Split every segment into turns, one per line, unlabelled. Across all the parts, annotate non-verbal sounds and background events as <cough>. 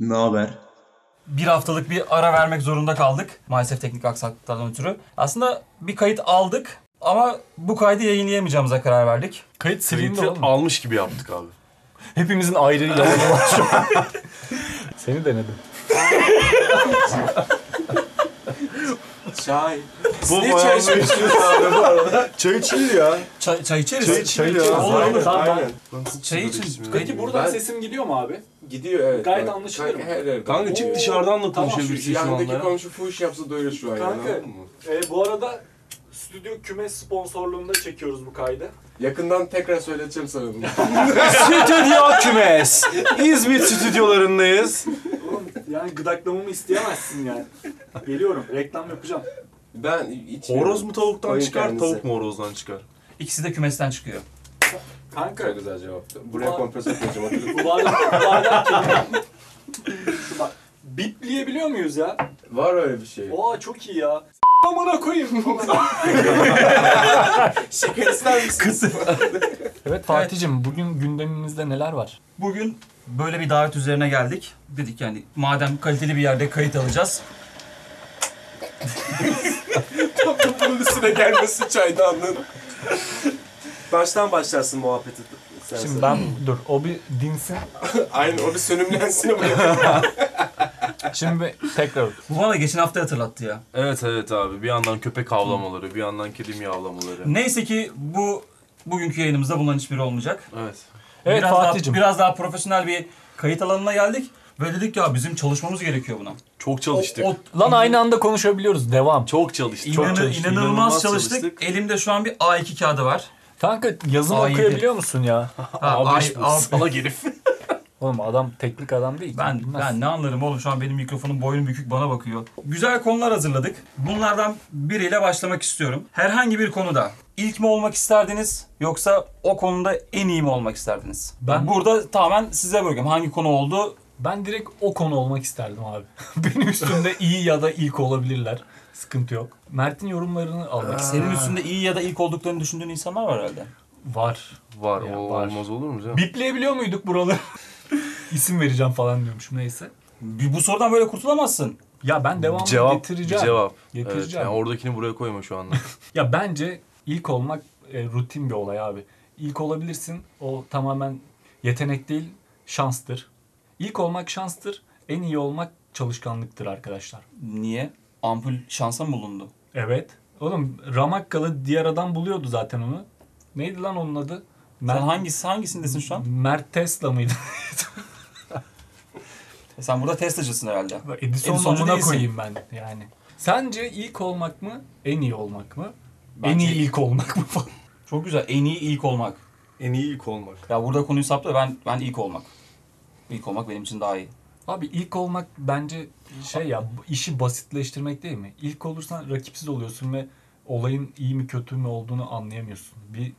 Ne haber?
bir haftalık bir ara vermek zorunda kaldık. Maalesef teknik aksaklıklardan ötürü. Aslında bir kayıt aldık ama bu kaydı yayınlayamayacağımıza karar verdik.
Kayıt silindi
Tweet'i
oğlum.
almış gibi yaptık abi.
Hepimizin ayrı yalanı var şu
<laughs>
an. Seni denedim.
Çay.
Bu
Niye
bayağı
çay
meşhur abi bu <laughs> arada. Çay içilir ya.
Çay, çay içeriz.
Çay içilir ya.
Olur, olur.
Tamam, tamam.
Aynen. Lan nasıl
Çay
çıldırdık
için-
şimdi?
Peki buradan
Ben-
sesim gidiyor mu abi?
Gidiyor evet.
Gayet
Bak,
anlaşılıyor
kanka,
mu?
her evden.
Kanka
Oo.
çık dışarıdan da
Tamam, şu
konuşabilirsin şu <laughs>
Yandaki
anda.
komşu fuş yapsa da öyle şu an.
Kanka.
yani, anladın mı?
Ee, bu arada stüdyo kümes sponsorluğunda çekiyoruz bu kaydı.
Yakından tekrar söyleteceğim sana bunu.
Stüdyo kümes.
İzmir stüdyolarındayız.
Oğlum yani gıdaklamamı isteyemezsin yani. Geliyorum reklam yapacağım.
<laughs> ben hiç...
Horoz mu tavuktan
Koyun
çıkar,
kendisi.
tavuk mu horozdan çıkar?
İkisi de kümesten çıkıyor.
Kanka
Çok güzel cevaptı. Buraya
Aa.
kompresör koyacağım hatırladın mı?
bu bardak, bu bardak kelime. Şu bak. Bipleyebiliyor muyuz ya?
<laughs> Var öyle bir şey.
Oo çok iyi ya. Amına koyayım.
Şeker ister misin?
Evet Fatih'cim bugün gündemimizde neler var?
Bugün böyle bir davet üzerine geldik. Dedik yani madem kaliteli bir yerde kayıt alacağız.
<laughs> Bunun üstüne gelmesi çaydanlığın.
Baştan başlarsın muhabbeti.
Şimdi ben dur o bir dinsin.
Aynen o bir sönümlensin <laughs> ama.
Şimdi tekrar.
Bu bana geçen hafta hatırlattı ya.
Evet evet abi. Bir yandan köpek havlamaları, bir yandan kedi miyavlamaları.
Neyse ki bu bugünkü yayınımızda bunların hiçbiri olmayacak.
Evet.
Evet
biraz
Fatih'cim.
Daha, biraz daha profesyonel bir kayıt alanına geldik. Ve dedik ya bizim çalışmamız gerekiyor buna.
Çok çalıştık.
O-
Lan aynı anda konuşabiliyoruz. Devam.
Çok çalıştık.
İnanı-
çok çalıştık.
inanılmaz, çalıştık. Elimde şu an bir A2 kağıdı var.
Kanka yazımı
Ay,
okuyabiliyor musun ya?
Ha,
Abi,
A- A-
salak herif.
Oğlum adam teknik adam değil. ki,
ben
bilmez.
ben ne anlarım oğlum şu an benim mikrofonum boyun bükük bana bakıyor. Güzel konular hazırladık. Bunlardan biriyle başlamak istiyorum. Herhangi bir konuda ilk mi olmak isterdiniz yoksa o konuda en iyi mi olmak isterdiniz? Ben
Ben-
burada tamamen size bırakıyorum. Hangi konu oldu?
Ben direkt o konu olmak isterdim abi. <laughs> Benim üstümde iyi ya da ilk olabilirler. Sıkıntı yok. Mert'in yorumlarını almak
Senin üstünde iyi ya da ilk olduklarını düşündüğün insanlar var herhalde.
Var.
<laughs> Var
Ya,
o
var.
olmaz olur mu canım?
Bipleyebiliyor muyduk buraları? <laughs> İsim vereceğim falan diyormuşum neyse.
Bir- Bu sorudan böyle kurtulamazsın.
Ya ben devamını
Cevap,
getireceğim.
bir cevap.
Getireceğim.
Evet, yani oradakini buraya koyma şu <laughs> anda.
Ya bence ilk olmak e, rutin bir olay abi. İlk olabilirsin. O tamamen yetenek değil, şanstır. İlk olmak şanstır. En iyi olmak çalışkanlıktır arkadaşlar.
Niye? Ampul şansa mı bulundu?
Evet. Oğlum Ramakkalı diğer adam buluyordu zaten onu. Neydi lan onun adı?
Sen hangisi hangisindesin şu an?
Mert Tesla mıydı? <laughs>
Sen burada testacısın herhalde.
Edison
Edisoncu
amına
değilsin.
koyayım ben yani. Sence ilk olmak mı? En iyi olmak mı? En
Bence-
iyi ilk olmak mı falan?
Çok güzel. En iyi ilk olmak.
en iyi ilk olmak.
Ya burada konuyu sapla ben ben ilk olmak. İlk olmak benim için daha iyi.
<laughs> Abi ilk olmak bence şey ya bu işi basitleştirmek değil mi? İlk olursan rakipsiz oluyorsun ve olayın iyi mi kötü mü olduğunu anlayamıyorsun. Bir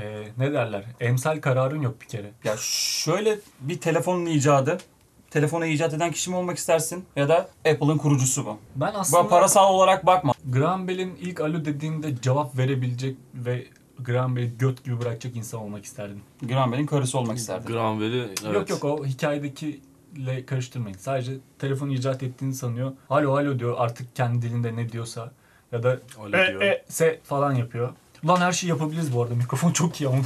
e, ne derler? Emsal kararın yok bir kere.
Ya şöyle bir telefonun icadı. Telefonu icat eden kişi mi olmak istersin ya da Apple'ın kurucusu mu?
Ben aslında
Bak parasal olarak bakma.
Graham Bell'in ilk alo dediğinde cevap verebilecek ve Graham Bell'i göt gibi bırakacak insan olmak isterdim.
Graham Bell'in karısı olmak isterdim.
Graham Bell'i evet.
Yok yok o hikayedekiyle karıştırmayın. Sadece telefonu icat ettiğini sanıyor. Alo alo diyor artık kendi dilinde ne diyorsa. Ya da
Alo
e,
diyor.
e, se falan yapıyor. Ulan her şeyi yapabiliriz bu arada. Mikrofon çok iyi ama.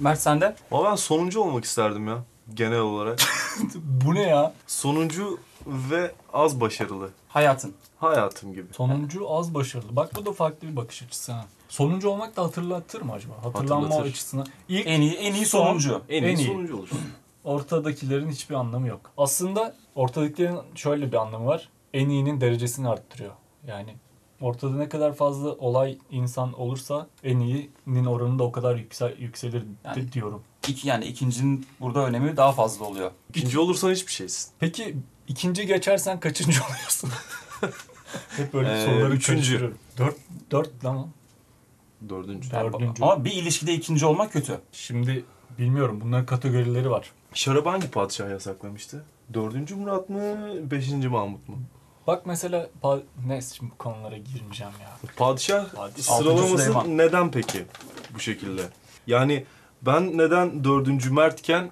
Mert sen de?
Ama ben sonuncu olmak isterdim ya genel olarak.
<laughs> bu ne ya?
sonuncu ve az başarılı
Hayatın.
hayatım gibi.
Sonuncu az başarılı. Bak bu da farklı bir bakış açısı ha. Sonuncu olmak da hatırlatır mı acaba? Hatırlanma
Hatırlatır.
açısına. İlk
En iyi en iyi
Son.
sonuncu.
En, iyi,
En iyi.
sonuncu olur.
ortadakilerin hiçbir anlamı yok. Aslında ortadakilerin şöyle bir anlamı var. En iyinin derecesini arttırıyor. Yani ortada ne kadar fazla olay insan olursa en iyinin oranı da o kadar yüksel, yükselir
Yani.
diyorum.
İki, yani ikincinin burada önemi daha fazla oluyor.
<laughs> İkinci olursan hiçbir şeysin.
Peki ikinci geçersen kaçıncı <laughs> oluyorsun? Hep böyle
Ee,
soruları
üçüncü.
üçüncü. Dört, dört lan o.
Dördüncü.
Dördüncü.
Ama bir ilişkide ikinci olmak kötü.
Şimdi bilmiyorum bunların kategorileri var.
Şarabı hangi padişah yasaklamıştı? Dördüncü Murat mı? Beşinci Mahmut mu?
Bak mesela pa- neyse şimdi bu konulara girmeyeceğim ya.
Padişah
Padişah.
Altıncı
sıralaması
Süleyman.
neden peki bu şekilde? Yani ben neden dördüncü Mertken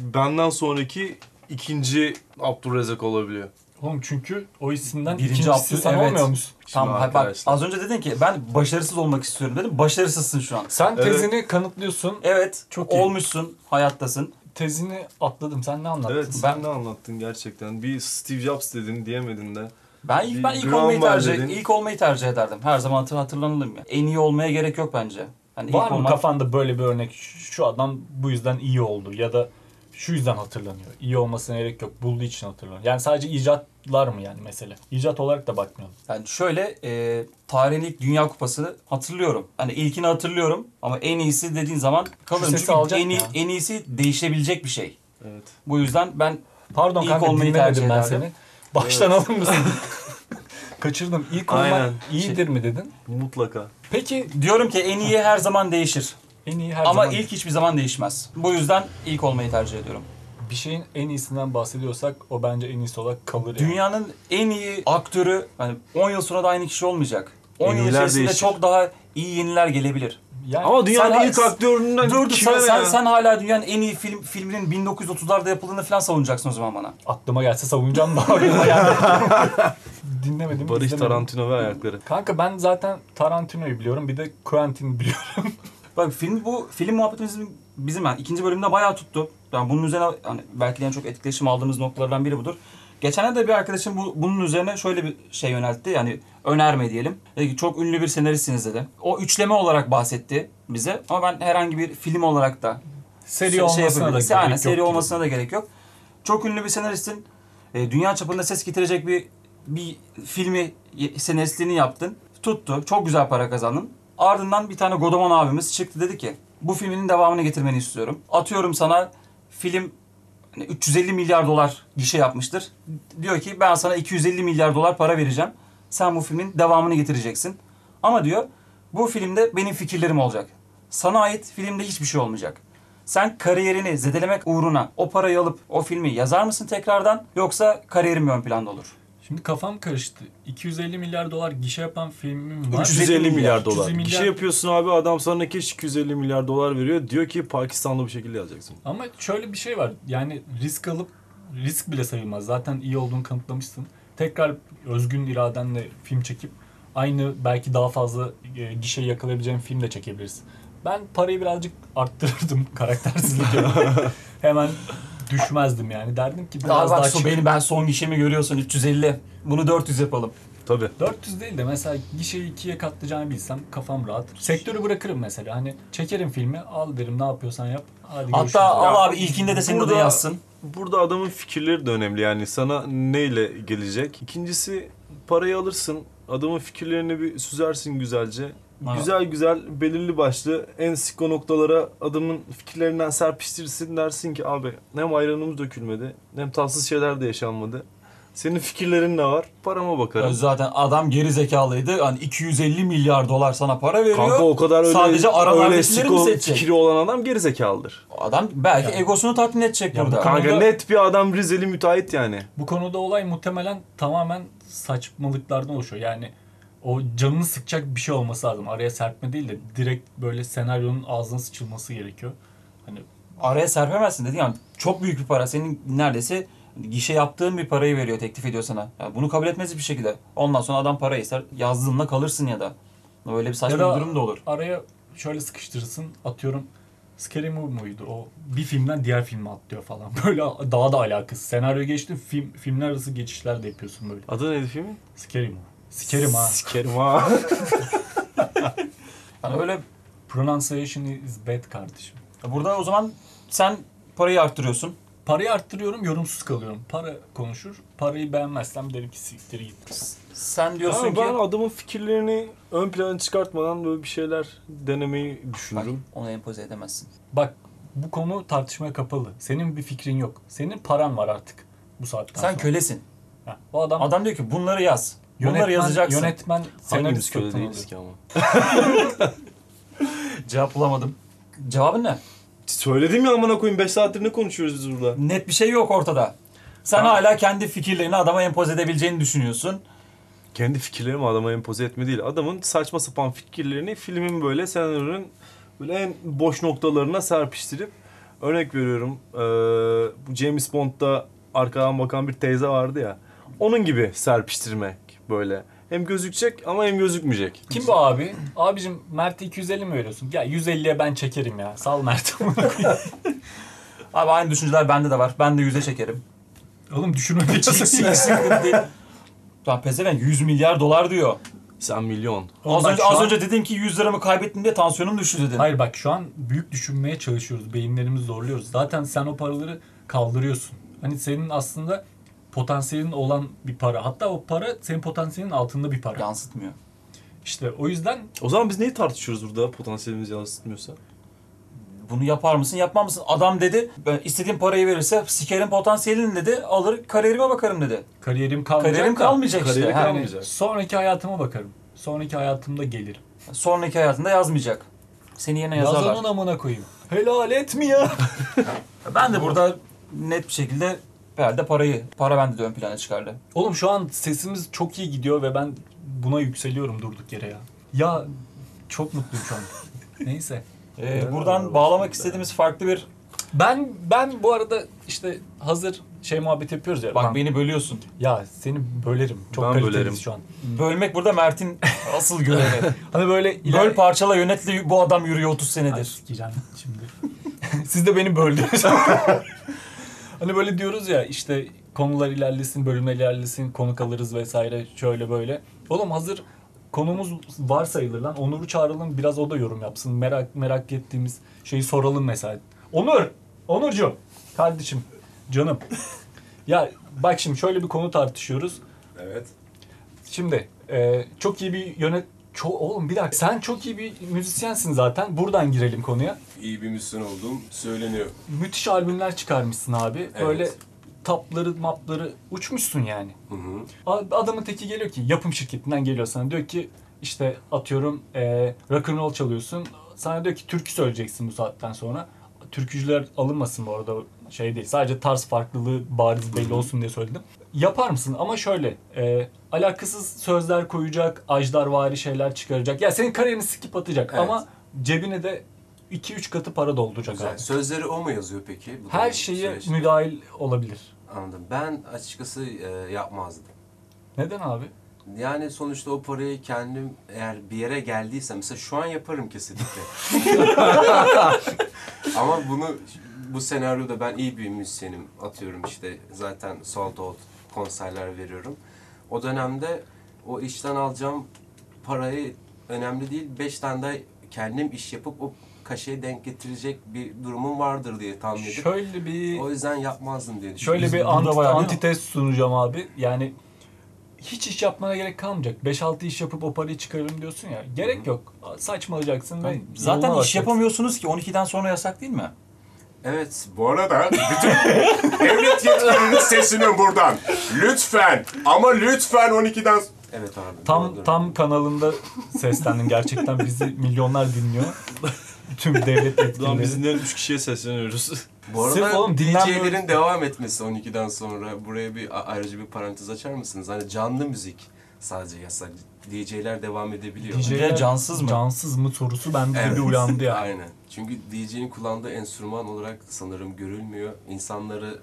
benden sonraki ikinci Abdurrezak olabiliyor.
Oğlum çünkü o isimden
Birinci
ikincisi
Abdül-
sen
evet.
olmuyor musun?
Şimdi
Tamam bak- bak
arkadaşlar.
az önce dedin ki ben başarısız olmak istiyorum dedim. Başarısızsın şu an.
Sen
Evet.
tezini kanıtlıyorsun.
Evet.
Çok iyi.
olmuşsun. Hayattasın.
Tezini atladım. Sen ne anlattın?
Evet sen
Ben-
ne anlattın gerçekten? Bir Steve Jobs dedin diyemedin de.
Ben ilk, ben
Bir
ilk
güven
olmayı
var
tercih
dedin.
ilk olmayı tercih ederdim. Her zaman hatır- hatırlanılım ya. En iyi olmaya gerek yok bence. Hani
Var
ilk
mı
olmak-
kafanda böyle bir örnek? Şu şu adam bu yüzden iyi oldu ya da şu yüzden hatırlanıyor. İyi olmasına gerek yok. Bulduğu için hatırlanıyor. Yani sadece icatlar mı yani mesele? İcat olarak da bakmayalım.
Yani şöyle e, tarihin ilk Dünya Kupası'nı hatırlıyorum. Hani ilkini hatırlıyorum ama en iyisi dediğin zaman kalırım.
sesi
Çünkü
alacak
en, iyi-
ya.
en iyisi değişebilecek bir şey.
Evet.
Bu yüzden ben
Pardon
İlk
kanka
olmayı tercih
dinlemedim ben
ederdim.
seni. Baştan alır mısın? <laughs> Kaçırdım. İlk olmak
Aynen.
iyidir mi dedin?
Mutlaka.
Peki
diyorum ki en iyi her zaman değişir.
en iyi her
ama
zaman.
ilk hiçbir zaman değişmez. Bu yüzden ilk olmayı tercih ediyorum.
bir şeyin en iyisinden bahsediyorsak o bence en iyisi olarak kalır yani.
Dünyanın en iyi aktörü hani 10 yıl sonra da aynı kişi olmayacak. 10
En
yıl
iyiler
içerisinde
değişir.
çok daha iyi yeniler gelebilir.
Yani
Ama dünyanın
Sen-
ilk aktöründen
Dur dur
kime
sen,
ne
sen,
ya?
sen hala dünyanın en iyi film filminin 1930'larda yapıldığını falan savunacaksın o zaman bana.
aklıma gelse savunacağım da aklıma geldi. Dinlemedim.
Barış
izlemedim.
Tarantino ve ayakları.
Kanka ben zaten Tarantino'yu biliyorum. Bir de Quentin biliyorum.
Bak film bu film muhabbetimiz bizim- bizim yani ikinci bölümde bayağı tuttu. Yani bunun üzerine hani belki de en çok etkileşim aldığımız noktalardan biri budur. Geçenlerde bir arkadaşım bu, bunun üzerine şöyle bir şey yöneltti. Yani önerme diyelim. Dedi ki, çok ünlü bir senaristsiniz dedi. O üçleme olarak bahsetti bize. Ama ben herhangi bir film olarak da
Seri
şey
olmasına da
yapabiliriz.
gerek
Aynen,
yok
seri
gibi.
olmasına da gerek yok. Çok ünlü bir senaristin e, dünya çapında ses getirecek bir bir filmi y- senaristliğini yaptın. Tuttu. Çok güzel para kazandın. Ardından bir tane Godoman abimiz çıktı dedi ki bu filmin devamını getirmeni istiyorum. Atıyorum sana film hani 350 milyar dolar gişe yapmıştır. Diyor ki ben sana 250 milyar dolar para vereceğim. Sen bu filmin devamını getireceksin. Ama diyor bu filmde benim fikirlerim olacak. Sana ait filmde hiçbir şey olmayacak. Sen kariyerini zedelemek uğruna o parayı alıp o filmi yazar mısın tekrardan yoksa kariyerim ön planda olur?
Şimdi kafam karıştı. 250 milyar dolar gişe yapan filmim
350
var.
350
milyar.
milyar dolar.
300 milyar.
Gişe yapıyorsun abi adam sana keş 250 milyar dolar veriyor. Diyor ki Pakistanlı bir şekilde yazacaksın.
Ama şöyle bir şey var. Yani risk alıp risk bile sayılmaz. Zaten iyi olduğunu kanıtlamışsın. Tekrar özgün iradenle film çekip aynı belki daha fazla e, gişe yakalayabileceğin film de çekebilirsin. Ben parayı birazcık arttırırdım <laughs> karaktersizlik yapıp. Hemen düşmezdim yani. Derdim ki biraz daha, çık-
beni ben son gişemi görüyorsun 350. Bunu 400 yapalım.
Tabii.
400 değil de mesela gişeyi ikiye katlayacağını bilsem kafam rahat. Sektörü bırakırım mesela. Hani çekerim filmi al derim ne yapıyorsan yap. Hadi görüşürüz.
Hatta al
Ya,
abi ilkinde de senin
burada-
adını yazsın.
Burada adamın fikirleri de önemli yani sana neyle gelecek. İkincisi parayı alırsın adamın fikirlerini bir süzersin güzelce.
Evet.
Güzel güzel belirli başlı en siko noktalara adamın fikirlerinden serpiştirirsin dersin ki abi hem ayranımız dökülmedi hem tatsız şeyler de yaşanmadı. Senin fikirlerin ne var? Parama bakarım.
Zaten adam geri zekalıydı. Hani 250 milyar dolar sana para veriyor.
Kanka o kadar öyle,
Sadece aralardakileri
öyle
mi
siko
seçecek?
fikri olan adam gerizekalıdır.
Adam belki egosunu tatmin edecek
Ya bu
burada.
kan-
Kanka
Kanka-
net bir adam Rizeli müteahhit yani.
Bu konuda olay muhtemelen tamamen saçmalıklardan oluşuyor. Yani o canını sıkacak bir şey olması lazım. Araya serpme değil de direkt böyle senaryonun ağzına sıçılması gerekiyor. Hani
Araya serpemezsin dedi. Yani çok büyük bir para. Senin neredeyse gişe yaptığın bir parayı veriyor, teklif ediyor sana. Yani bunu kabul etmez bir şekilde. Ondan sonra adam para ister. Yazdığınla kalırsın ya da. Böyle bir saçma
Ya da-
bir durum da olur.
araya şöyle sıkıştırırsın atıyorum Scary Movie muydu? O bir filmden diğer filme atlıyor falan. <laughs> Böyle daha da alakası. Senaryo geçti. Film, filmler arası geçişler de yapıyorsun böyle.
Adı neydi filmin?
Scary Movie. Sikerim ha.
Sikerim ha.
Yani öyle
Pronunciation is bad kardeşim.
burada o zaman sen parayı arttırıyorsun.
Parayı arttırıyorum, yorumsuz kalıyorum. Para konuşur. Parayı beğenmezsem derim ki siktir git.
Sen diyorsun
Ama
ki
ben adamın fikirlerini ön plana çıkartmadan böyle bir şeyler denemeyi
Bak,
düşünürüm.
onu empoze edemezsin.
Bak bu konu tartışmaya kapalı. Senin bir fikrin yok. Senin paran var artık bu saatten
Sen
sonra.
kölesin.
Ha, Bu adam,
Adam diyor ki bunları yaz. bunları yazacaksın.
Yönetmen
Hangimiz
senarist
köle
kötü
değiliz ki ama.
Cevap bulamadım. Cevabın ne?
Söyledim ya amına koyayım 5 saattir ne konuşuyoruz biz burada?
Net bir şey yok ortada. Sen hala kendi fikirlerini adama empoze edebileceğini düşünüyorsun.
Kendi fikirlerimi adama empoze etme değil. Adamın saçma sapan fikirlerini filmin böyle senaryonun böyle en boş noktalarına serpiştirip Örnek veriyorum. eee, bu James Bond'da arkadan bakan bir teyze vardı ya. Onun gibi serpiştirmek böyle. Hem gözükecek ama hem gözükmeyecek.
Kim bu abi? Abicim Mert'e 250 mi veriyorsun? Ya 150'ye ben çekerim ya. Sal
<laughs>
Mert'i.
Abi aynı düşünceler bende de var. Ben de yüze çekerim.
Oğlum düşürmeye çalışsın.
Lan pezevenk 100 milyar dolar diyor.
Sen milyon.
Az
Ondan
önce,
şu
az
an-
önce dedim ki 100 liramı kaybettim diye tansiyonum düştü dedim.
Hayır bak şu an büyük düşünmeye çalışıyoruz. Beyinlerimizi zorluyoruz. Zaten sen o paraları kaldırıyorsun. Hani senin aslında potansiyelin olan bir para. Hatta o para senin potansiyelin altında bir para.
Yansıtmıyor.
İşte o yüzden
O zaman biz neyi tartışıyoruz burada potansiyelimizi yansıtmıyorsa?
Bunu yapar mısın yapmaz mısın? Adam dedi ben istediğim parayı verirse sikerim potansiyelini dedi. Alır kariyerime bakarım dedi.
kariyerim kalmayacak.
Kariyerim
da
kalmayacak
Kariyeri
işte. Yani
kalmayacak.
Sonraki hayatıma bakarım. Sonraki hayatımda gelirim.
sonraki hayatında yazmayacak. Seni yerine yazarlar.
Yazanın amına koyayım. Helal etmiyor.
Ben de burada net bir şekilde herhalde parayı, para bende de ön plana çıkardı.
<laughs> Oğlum şu an sesimiz çok iyi gidiyor ve ben buna yükseliyorum durduk yere ya. Ya çok mutluyum şu an. Neyse.
Ee, buradan bağlamak istediğimiz farklı bir...
Ben ben bu arada işte hazır şey muhabbet yapıyoruz ya.
Bak
Ben-
beni bölüyorsun.
Ya seni bölerim. Çok
Ben
kaliteliyiz
bölerim.
şu an.
Bölmek burada Mert'in asıl
<laughs>
görevi.
Hani böyle
Böl parçala yönetle bu adam yürüyor 30
Ay,
senedir.
sikeceğim şimdi. <laughs> Siz de beni <laughs> böldünüz. hani böyle diyoruz ya işte konular ilerlesin, bölümler ilerlesin, konuk alırız vesaire şöyle böyle. Oğlum hazır konumuz var sayılır lan. Onur'u çağıralım biraz o da yorum yapsın. Merak merak ettiğimiz şeyi soralım mesela. Onur! Onurcuğum! Kardeşim, canım. ya bak şimdi şöyle bir konu tartışıyoruz.
Evet.
Şimdi e, çok iyi bir yönet... Ço- oğlum bir dakika sen çok iyi bir müzisyensin zaten. Buradan girelim konuya.
İyi bir müslüman olduğum söyleniyor.
Müthiş albümler çıkarmışsın abi.
Evet.
Böyle tapları mapları uçmuşsun yani.
Hı hı.
A- Adamın teki geliyor ki yapım şirketinden geliyor sana. Diyor ki işte atıyorum e, rock and roll çalıyorsun. Sana diyor ki türkü söyleyeceksin bu saatten sonra. Türkücüler alınmasın bu arada şey değil. Sadece tarz farklılığı bariz belli olsun diye söyledim. Yapar mısın ama şöyle e, alakasız sözler koyacak, ajdarvari şeyler çıkaracak. Ya senin kariyerini skip atacak
Evet.
ama cebine de 2-3 katı para dolduracak abi.
Güzel. Sözleri o mu yazıyor peki? Bu da
Her
bir
şeye
süreç.
müdahil olabilir.
Anladım. Ben açıkçası e, yapmazdım.
Neden abi?
Yani sonuçta o parayı kendim eğer bir yere geldiysem mesela şu an yaparım kesinlikle.
<laughs>
Ama bunu bu senaryoda ben iyi bir müzisyenim atıyorum işte zaten sold out konserler veriyorum. O dönemde o işten alacağım parayı önemli değil. Beş tane daha kendim iş yapıp o kaşeye denk getirecek bir durumum vardır diye tahmin edip
Şöyle bir
o yüzden yapmazdım diye düşünüyorum.
şöyle
Biz
bir ant-
burada bayağı değil mi?
antites sunacağım abi. Yani hiç iş yapmana gerek kalmayacak. 5-6 iş yapıp o parayı çıkarırım diyorsun ya. Gerek yok. Saçmalayacaksın ve yoluna
Zaten iş
bakacaksın.
yapamıyorsunuz ki 12'den sonra yasak değil mi?
Evet
Bu arada bütün
<laughs>
devlet yetkililerinin sesini buradan. Lütfen ama lütfen 12'den
Evet abi.
Tam
doğrudur.
tam kanalında seslendin gerçekten bizi milyonlar dinliyor. Tüm devlet
Buradan
yetkilileri.
biz dinleyen 3
<laughs>
kişiye sesleniyoruz.
Bu arada
Sırf oğlum dinlenmiyor.
DJ'lerin devam etmesi 12'den sonra buraya bir a- ayrıca bir parantez açar mısınız? Hani canlı müzik sadece yasak. DJ'ler devam edebiliyor.
DJ 'ler
Bir de cansız mı?
Cansız mı sorusu bende de
Evet.
bir uyandı ya.
<laughs> Aynen. Çünkü DJ'nin kullandığı enstrüman olarak sanırım görülmüyor. İnsanları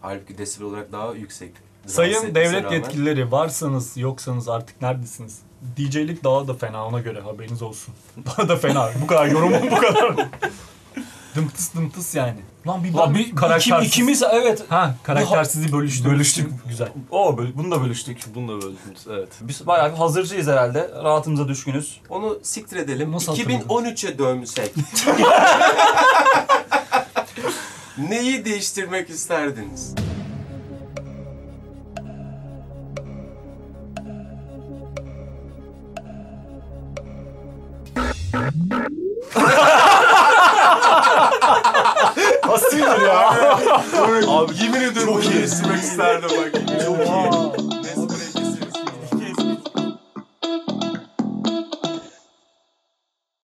halbuki desibel olarak daha yüksek. rahatsız
Sayın
etmesine
devlet
rağmen-
yetkilileri varsanız yoksanız artık neredesiniz? DJ'lik daha da fena ona göre haberiniz olsun. <laughs> Daha da fena. Bu kadar yorumum bu kadar. dımtıs dımtıs yani. Lan bir,
Lan
lan
bir- bir-
karaktersiz.
iki- ikimiz evet.
Ha karaktersizi bölüştük.
Bölüştük.
Güzel.
Oo böl- bunu da bölüştük.
Bunu da böldünüz. Evet.
Biz bayağı bir hazırcıyız herhalde. Rahatımıza düşkünüz.
Onu siktir edelim.
Nasıl
2013'e dönsek. Neyi değiştirmek isterdiniz?
Asildir ya.
<laughs>
Abi yemin ediyorum çok iyi isterdim bak. Çok iyi.